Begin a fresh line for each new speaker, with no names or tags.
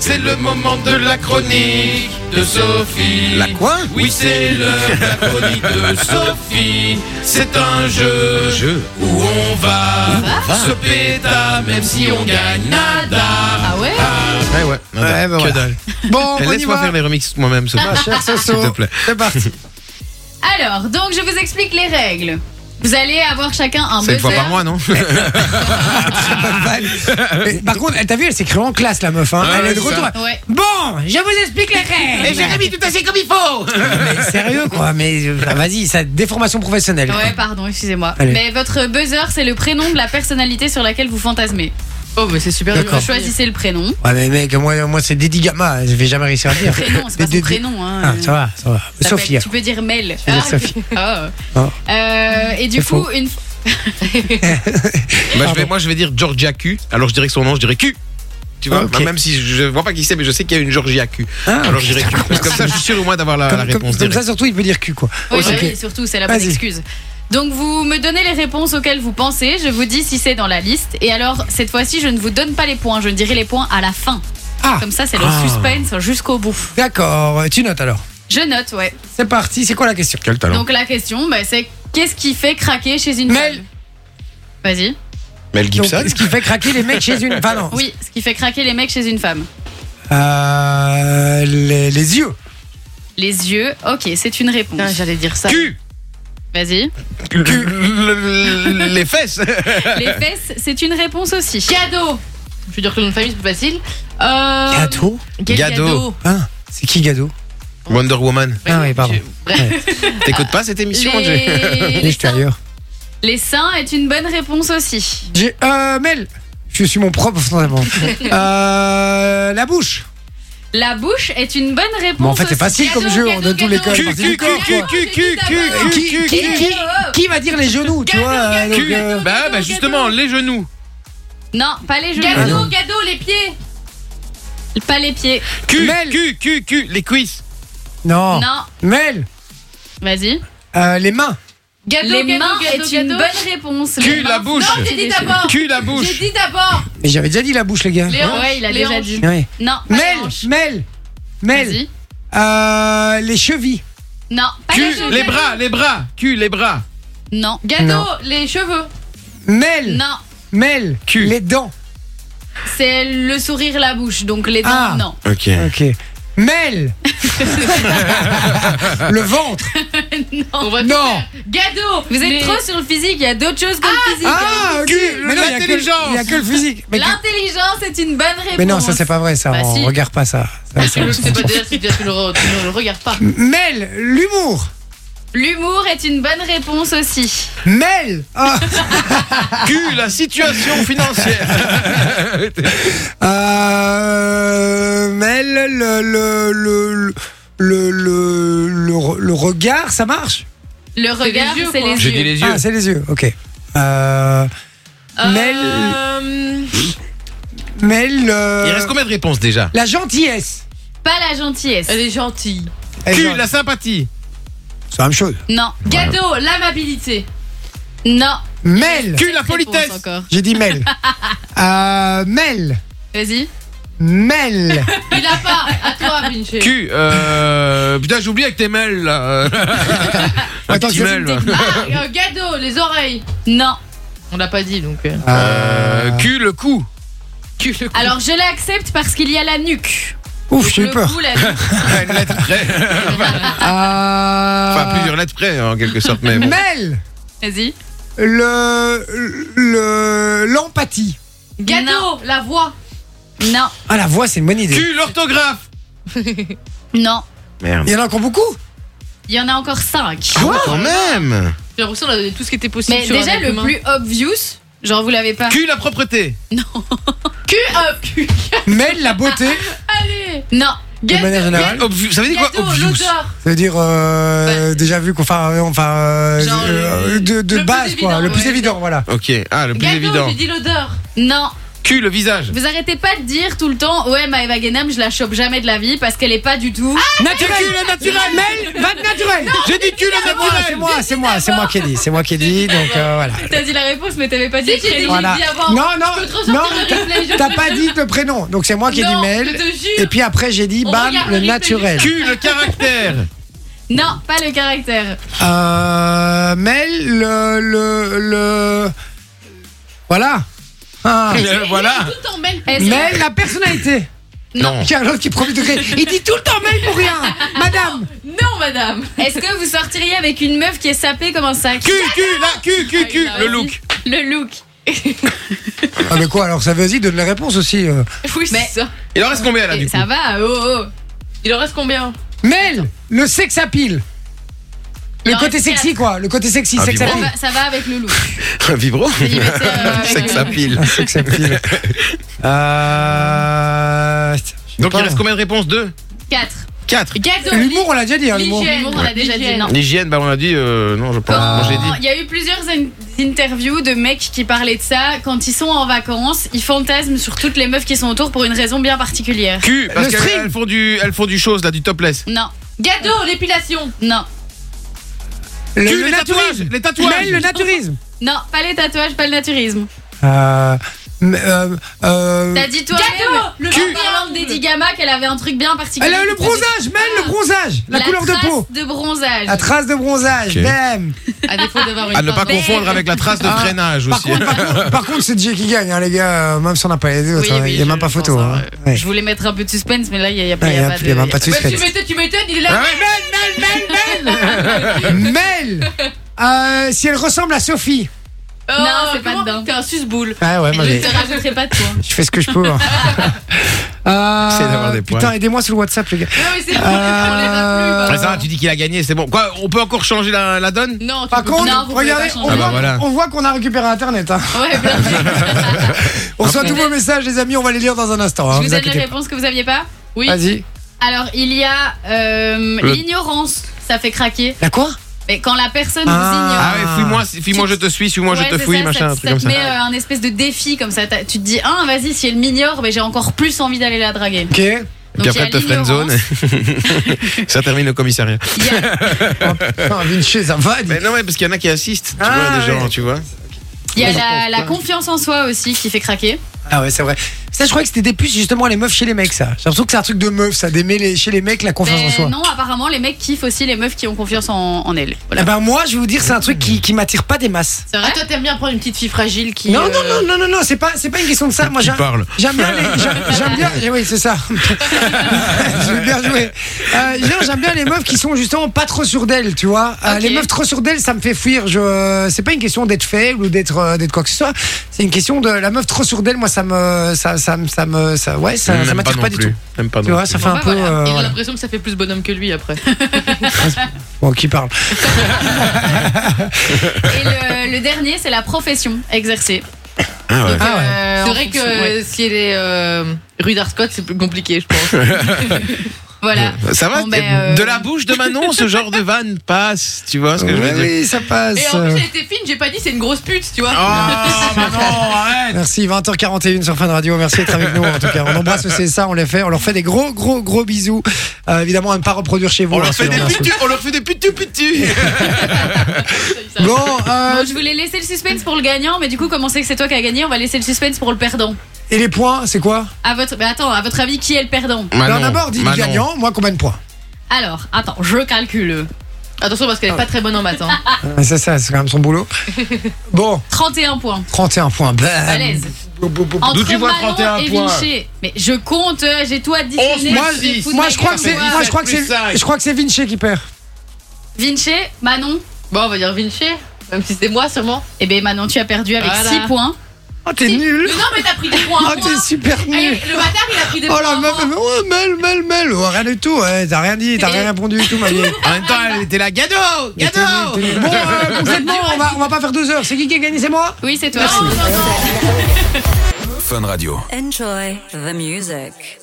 C'est le moment de la chronique de Sophie.
La quoi
Oui, c'est l'heure de la chronique de Sophie. C'est un jeu,
jeu.
où on va,
va.
se péta, même si on gagne nada.
Ah ouais
Ouais, ouais.
Ouais, bah voilà. Bon, on y
Laisse-moi
va.
faire les remixes moi-même, c'est pas
Cher
S'il
Soso,
te plaît.
c'est parti.
Alors, donc je vous explique les règles. Vous allez avoir chacun un
C'est
buzzer.
une fois par mois, non
Mais Par contre, elle- t'as vu, elle s'est créée en classe, la meuf. hein.
Ouais,
Elle est de
c'est
retour.
ça.
Ouais.
Bon, je vous explique les règles.
tout assez comme il faut
Mais sérieux, quoi. Mais euh, vas-y, ça déformation professionnelle.
Ouais, pardon, excusez-moi.
Allez.
Mais votre buzzer, c'est le prénom de la personnalité sur laquelle vous fantasmez.
Oh, mais c'est super
D'accord.
dur.
Choisissez le prénom.
Ouais, mais mec, moi, moi c'est Didi Gamma. Je vais jamais réussir à le dire.
Prénom, c'est pas
Didi-
son prénom. Hein.
Ah, ça va, ça va.
Ça
Sophie.
s'appelle- Tu peux dire Mel.
vais dire Sophie.
Ah,
Ah.
ah. Euh, et du
C'est
coup,
faux.
une.
bah, je vais,
Pardon.
Moi, je vais dire Georgia Q. Alors, je dirais que son nom, je dirais Q. Tu vois,
Ah, Ok.
bah, même si je je vois pas qui c'est, mais je sais qu'il y a une Georgia Q.
Ah,
Alors, je dirais Q. Parce que comme ça, je suis sûr au moins d'avoir la,
Comme,
la
comme-
réponse
comme ça,
directe.
surtout, il peut dire cul, quoi.
Oui,
Ok.
bah oui, surtout, c'est la bonne
Vas-y.
excuse. Donc vous me donnez les réponses auxquelles vous pensez, je vous dis si c'est dans la liste. Et alors, cette fois-ci, je ne vous donne pas les points, je dirai les points à la fin.
Ah,
Comme ça, c'est le
Ah.
suspense jusqu'au bout.
d'accord. Euh, Tu notes alors.
Je note, ouais.
C'est parti. C'est quoi la question
Quel talent.
Donc la question, bah, c'est qu'est-ce qui fait craquer chez une
Mel.
femme Vas-y.
Mel
Donc,
Gibson
ce qui fait craquer les mecs chez une. Enfin, non.
Oui, ce qui fait craquer les mecs chez une femme.
Euh, les, les yeux.
Les yeux, ok, c'est une
Putain,
réponse.
Ah, J'allais dire ça.
Q
Vas-y.
Le- le- Les fesses
Les fesses, c'est une réponse aussi.
Cadeau Je veux dire que le nom de famille, c'est plus facile. Euh,
Gâteau
quel
Gado.
gâteau
Hein C'est qui Gado
Wonder Woman.
Ah oui, pardon.
Je- Bref.
T'écoutes pas cette émission Jay
Les... les seins.
L'extérieur.
Les seins est une bonne réponse aussi.
J'ai. Euh, Mel Je suis mon propre fondamentalement. euh, la bouche
La bouche est une bonne réponse.
Bon, en fait, c'est
aussi.
facile comme jeu, on donne tous les codes.
Q,
Parce que
Q, Q,
du corps,
Q,
quoi.
Q, Q, Q, Q, Q,
Qui,
Q.
qui, qui va dire les genoux, tu vois euh, donc,
Q.
euh,
Bah, bah, justement, les genoux.
Non, pas les genoux.
Cadeau,
cadeau, les pieds. Pas les pieds.
Q,
Mel.
Q, Q, Q, les cuisses.
Non.
Non,
Mel
vas-y.
euh, Les mains
Gâteau,
les
gâteau,
mains
gâteau,
est une
gâteau.
bonne réponse.
Q,
Les
la
mains-
bouche.
Non, j'ai dit
Oh,
d'abord.
Q, la bouche.
J'ai dit d'abord
Mais j'avais déjà dit la bouche, les gars.
Les hanches,
Ouais, il a
les
déjà
hanches.
dit.
Ouais.
Non, pas
Mel,
les hanches.
Mel, Mel,
Vas-y.
euh, les chevilles.
Non, pas les
Q,
genoux.
les bras, les bras. Q, les bras.
Non.
Gâteau,
Non.
les cheveux
Mel,
Non,
Mel,
Cul.
les dents.
c'est le sourire, la bouche. Donc les dents,
Ah.
non.
Ok.
Ok. Mel, le ventre.
On va
Non.
Gâteau
Vous êtes
les-
trop sur le physique, il y a d'autres choses que le physique. hein.
Ah, ok.
Cul,
Mais non, il y a que-
l'intelligence.
il y a que le physique. Mais, que-
L'intelligence est une bonne réponse.
mais non, ça c'est pas vrai, ça.
Bah,
on
si.
regarde pas ça. Ça,
Tu
ça-
le sais pas déjà, c'est déjà, tu le re- tu ne le regardes pas.
Mel, l'humour.
L'humour est une bonne réponse aussi.
Mel, Ah,
Q, la situation financière.
euh, Mel, le le le le le le, le re- le regard, ça marche.
Le
C'est les
regard,
yeux,
c'est
quoi.
les
J'ai dit
yeux.
les
Ah,
yeux.
c'est les yeux. Ok. Euh, Mel,
Euh,
Mel, euh,
Il reste combien de réponses déjà
la gentillesse.
Pas la gentillesse.
Elle est gentille.
Eh,
Q,
genre,
la sympathie.
C'est la même chose.
Non.
Gâteau, l'amabilité.
Non.
Mel.
Q, la
Réponse
politesse.
encore.
J'ai dit Mel. euh, Mel.
Vas-y.
Mel.
Il a pas. À toi, Vinci.
Q, euh... Putain, j'ai oublié avec tes mails, là. Un
Attends,
petit
je-
mail, là.
Ah, euh, gâteau, les oreilles.
Non.
On l'a pas dit donc. euh.
Ah.
Euh, Q, le cou.
Cul, le cou.
Alors je l'accepte parce qu'il y a la nuque.
Ouf, j'ai eu
le
peur.
cou, la nuque.
Une lettre près.
Euh,
Enfin, plusieurs lettres près, hein, en quelque sorte, mais bon.
Mel.
Vas-y.
Le. le- L'empathie.
Gâteau, la voix.
Non.
Ah, la voix, c'est une bonne idée.
Q, l'orthographe.
Non.
Merde.
Il y en a encore beaucoup.
Il y en a encore cinq.
Ah ouais, quand même
J'ai l'impression qu'on a donné tout ce qui était possible.
Mais
sur un
déjà
être
le
humain.
plus obvious, genre vous l'avez pas.
Q, la propreté.
Cul, euh, cul.
Mel, la beauté.
Allez.
Non.
De manière générale.
Obvious- Oh, Ça veut dire quoi
Gâteau,
obvious
l'odeur.
Ça veut dire euh, déjà vu qu'on enfin, euh, enfin euh,
Genre le-
euh, de, de
le plus
base quoi,
évident,
le plus
ouais.
évident voilà.
Ok, ah, le plus
Gâteau,
évident.
j'ai dit l'odeur.
Non.
Cul, le visage.
Vous arrêtez pas de dire tout le temps, ouais, Maëva Guénem, je la chope jamais de la vie parce qu'elle est pas du tout.
Ah Naturel, naturel. Mel, va de naturel.
J'ai dit cul, le
C'est moi,
naturel.
c'est moi, c'est moi, c'est moi qui ai dit, c'est moi qui ai dit, donc euh, voilà.
T'as dit la réponse, mais t'avais pas dit.
Si, j'ai dit.
prénom.
Voilà.
dit avant.
Non,
peux te
non,
ressortir
non,
le
t'as-
replay, je
t'as
te
pas dit le prénom, donc c'est moi qui ai dit
Non, je
Mel.
te jure.
Et puis après j'ai dit
On
bam
regarde le
le
replay
naturel.
juste
Cul, le caractère.
Non, pas le caractère.
Euh, Mel le le le voilà. Ah.
Euh, Voilà.
Tout en mêle.
Est-ce que-
Mel la personnalité.
Non.
Tiens l'autre qui prend du degré. Il dit tout le temps Mel pour rien. Madame.
Non, madame.
Est-ce que vous sortiriez avec une meuf qui est sapée comme un sac
Cul, cul, la cul, cul, cul.
Ah oui,
Le look.
Le look.
Ah mais quoi alors ça veut dire donne la réponse aussi. euh.
Oui,
Mais-
c'est ça.
Il en reste combien là
Ah,
Et
du coup
ça va, oh oh.
Il en reste combien
Mel le sexe à pile. Le
Non,
côté
c'est
sexy quoi, le côté sexy,
Ah,
sexe à
Ça
vivant.
pile.
va, ça va avec le look.
Un vibro.
Il mettait, euh,
C'est que ça pile.
Un sexe à pile. Euh, je sais
Donc il
pas.
reste combien de réponses Deux
Quatre.
4.
Gâteau.
L'humour on l'a déjà dit hein, l'humour.
L'hygiène.
L'humour, on l'a déjà dit, non.
L'hygiène, bah on a dit, euh, non, je pense.
Quand-
Ah.
Moi j'ai dit.
Il y a eu plusieurs in- interviews de mecs qui parlaient de ça. Quand ils sont en vacances, ils fantasment sur toutes les meufs qui sont autour pour une raison bien particulière.
Cul, parce
Le
qu'elles
string.
elles font du, elles font du chose là, du topless.
Non,
Gâteau, l'épilation.
non,
Le,
Cul,
le
les tatouages,
naturisme.
les tatouages.
Mel le naturisme.
non, pas les tatouages, pas le naturisme.
Euh, m- euh, euh,
T'as dit toi
Gâteau Le
en parlant d'Eddie Gamma qu'elle avait un truc bien particulier.
elle a le bronzage, même le bronzage, la, couleur de
trace
peau,
de bronzage.
la trace de bronzage,
Ok.
bam.
Euh, À défaut d'avoir une.
À Ah, ne pas
phrase.
confondre avec la trace de
Ah,
freinage
Par
aussi.
contre, par contre, par contre, c'est DJ qui gagne, hein, les gars. euh, Même si on n'a pas les autres,
Oui,
hein,
oui,
il n'y a
je-
même pas
je
photo.
pense,
hein.
euh,
Ouais.
Je voulais mettre un peu de suspense, mais là, il n'y a, pas-
Ouais,
y
Il
a
n'y
pas
a,
de-
il y a même pas de
Ouais, tu
suspense.
m'étonnes, tu m'étonnes, il est là.
Ah ouais,
Mel, euh, si elle ressemble à Sophie.
Oh,
Non, c'est pas
comment-
dedans.
T'es un suce-boule.
Ah ouais, moi
Je
j'ai-
te rajouterai pas de toi.
je fais ce que je peux. hein. Euh,
C'est d'avoir des
putain,
poils.
aidez-moi sur le WhatsApp, les gars.
Non, mais c'est
Euh,
Ah, ça, va, tu dis qu'il a gagné, c'est bon. Quoi, on peut encore changer la, la donne
Non, tu
Par
peux-
contre,
Non, vous pouvez pas
regardez,
changer.
on,
Ah bah
voit,
voilà.
on voit qu'on a récupéré Internet. hein.
Ouais, bien sûr.
On reçoit
Après-
tous vos messages, les amis, on va les lire dans un instant. hein,
Je vous
vous
donne les
inquiétez pas.
réponses que vous aviez pas Oui.
Vas-y.
Alors, il y a euh,
Le-
l'ignorance, ça fait craquer.
La quoi
Mais quand la personne
Ah.
vous ignore.
Ah ouais, fouille-moi, fouille-moi, je te suis, suis-moi,
Ouais,
Oh, je te
c'est
fouille,
ça,
machin,
ça,
un
ça
truc comme
te
ça.
met euh, un espèce de défi comme ça. T'as- Tu te dis, ah, vas-y, si elle m'ignore, mais j'ai encore plus envie d'aller la draguer.
Ok.
Et puis
Donc, il y a
après, elle te friendzone.
l'ignorance.
ça termine au commissariat.
Il y a-
Putain, Ah, Vinci, ça va. dis-
Mais non, ouais, parce qu'il y en a qui assistent, tu
Ah,
vois, des gens,
ouais.
tu vois.
Il y a
Ouais,
la,
je pense
la
pas.
confiance en soi aussi qui fait craquer.
Ah ouais, c'est vrai. Ça, je croyais que c'était des puces justement les meufs chez les mecs, ça. J'ai l'impression que c'est un truc de meuf, ça, d'aimer les- chez les mecs la confiance en
Mais
soi.
Ben non, apparemment, les mecs kiffent aussi les meufs qui ont confiance en, en elles.
Eh
Voilà.
ben moi, je vais vous dire, c'est un truc qui, qui m'attire pas des masses.
C'est vrai
Ah, toi, t'aimes bien prendre une petite fille fragile qui.
Non,
euh,
non, non, non, non, non, c'est pas, c'est pas une question de ça. Moi,
Qui
j'aime
parle
j'aime bien, les, j'aime, j'aime bien, eh oui, c'est ça. je vais bien jouer. Euh, j'aime, j'aime bien les meufs qui sont justement pas trop sûres d'elles, tu vois. Euh,
Ok.
Les meufs trop sûres d'elles, ça me fait fuir. Je, euh, c'est pas une question d'être faible ou d'être, euh, d'être quoi que ce soit. C'est une question de la meuf trop sûre d'elle. Moi, ça me, ça, ça, me- ça me, ça, ouais, ça, ça
Même
m'attire
non
pas, du
plus.
tout.
Même pas
Tu
non
vois,
plus.
ça fait un
Ouais,
peu.
voilà.
euh,
Il a
voilà.
l'impression que ça fait plus bonhomme que lui après.
Bon, qui parle
Et le, le dernier, c'est la profession exercée.
Ah ouais.
Donc,
Ah ouais.
euh,
c'est
en
vrai que
fonction- ouais.
euh, si elle est euh, rue d'Arscott, c'est plus compliqué, je pense.
Voilà.
Ça va
Bon, ben, euh,
De la bouche de Manon, ce genre de vanne passe, tu vois ce que je veux
Oui,
dire
oui, ça passe.
Et en plus, elle était fine, j'ai pas dit c'est une grosse pute, tu vois.
Ah, Manon, arrête
Merci, 20h41 sur Fun Radio. Merci d'être avec nous en tout cas. On embrasse c'est ça, on les fait. On leur fait des gros, gros, gros bisous. Euh, évidemment, à ne pas reproduire chez vous.
on
hein,
leur, fait
ce
des
genre d'insultes.
putus, on leur fait des putus putus
Bon, euh,
Bon, je voulais laisser le suspense pour le gagnant, mais du coup, comme on sait que c'est toi qui as gagné, on va laisser le suspense pour le perdant.
et les points, c'est quoi
À votre, mais attends, à votre avis, qui est le perdant
Ah
Alors d'abord, dis le gagnant, moi combien de points
Alors, attends, je calcule.
Attention parce qu'elle est pas très bonne en maths. hein.
Ah, C'est ça, c'est quand même son boulot. Bon,
31 points.
31 points. Ben, Bam.
Ah,
À l'aise.
Bou, bou, bou.
Entre
tu vois
Manon
31
et
points
Vinci. Mais je compte, euh, j'ai tout additionné.
Onze
Moi,
plus six.
fous de
moi,
ma
je crois
gueule,
que c'est,
moi.
moi, je crois que
Plus cinq.
c'est, je crois que c'est Vinci qui perd.
Vinci, Manon.
Bon, on va dire Vinci, même si c'est moi sûrement.
Eh ben Manon, tu as perdu avec
Voilà.
6 points.
Oh t'es nul.
Mais non, mais t'as pris des points.
Oh
en moins.
t'es super
Eh,
nul.
le bâtard, il a pris des
Oh
points.
la
en
meuf,
moins.
oh, Mel, Mel, Mel, Oh, rien du tout, ouais, t'as rien dit, t'as rien répondu du tout, ma vieille.
En même temps, elle était là, gado
Mais t'es nul, t'es nul. Bon, euh, concrètement, on va, on va pas faire deux heures. C'est qui qui a gagné C'est moi
Oui, c'est toi.
Enjoy the music.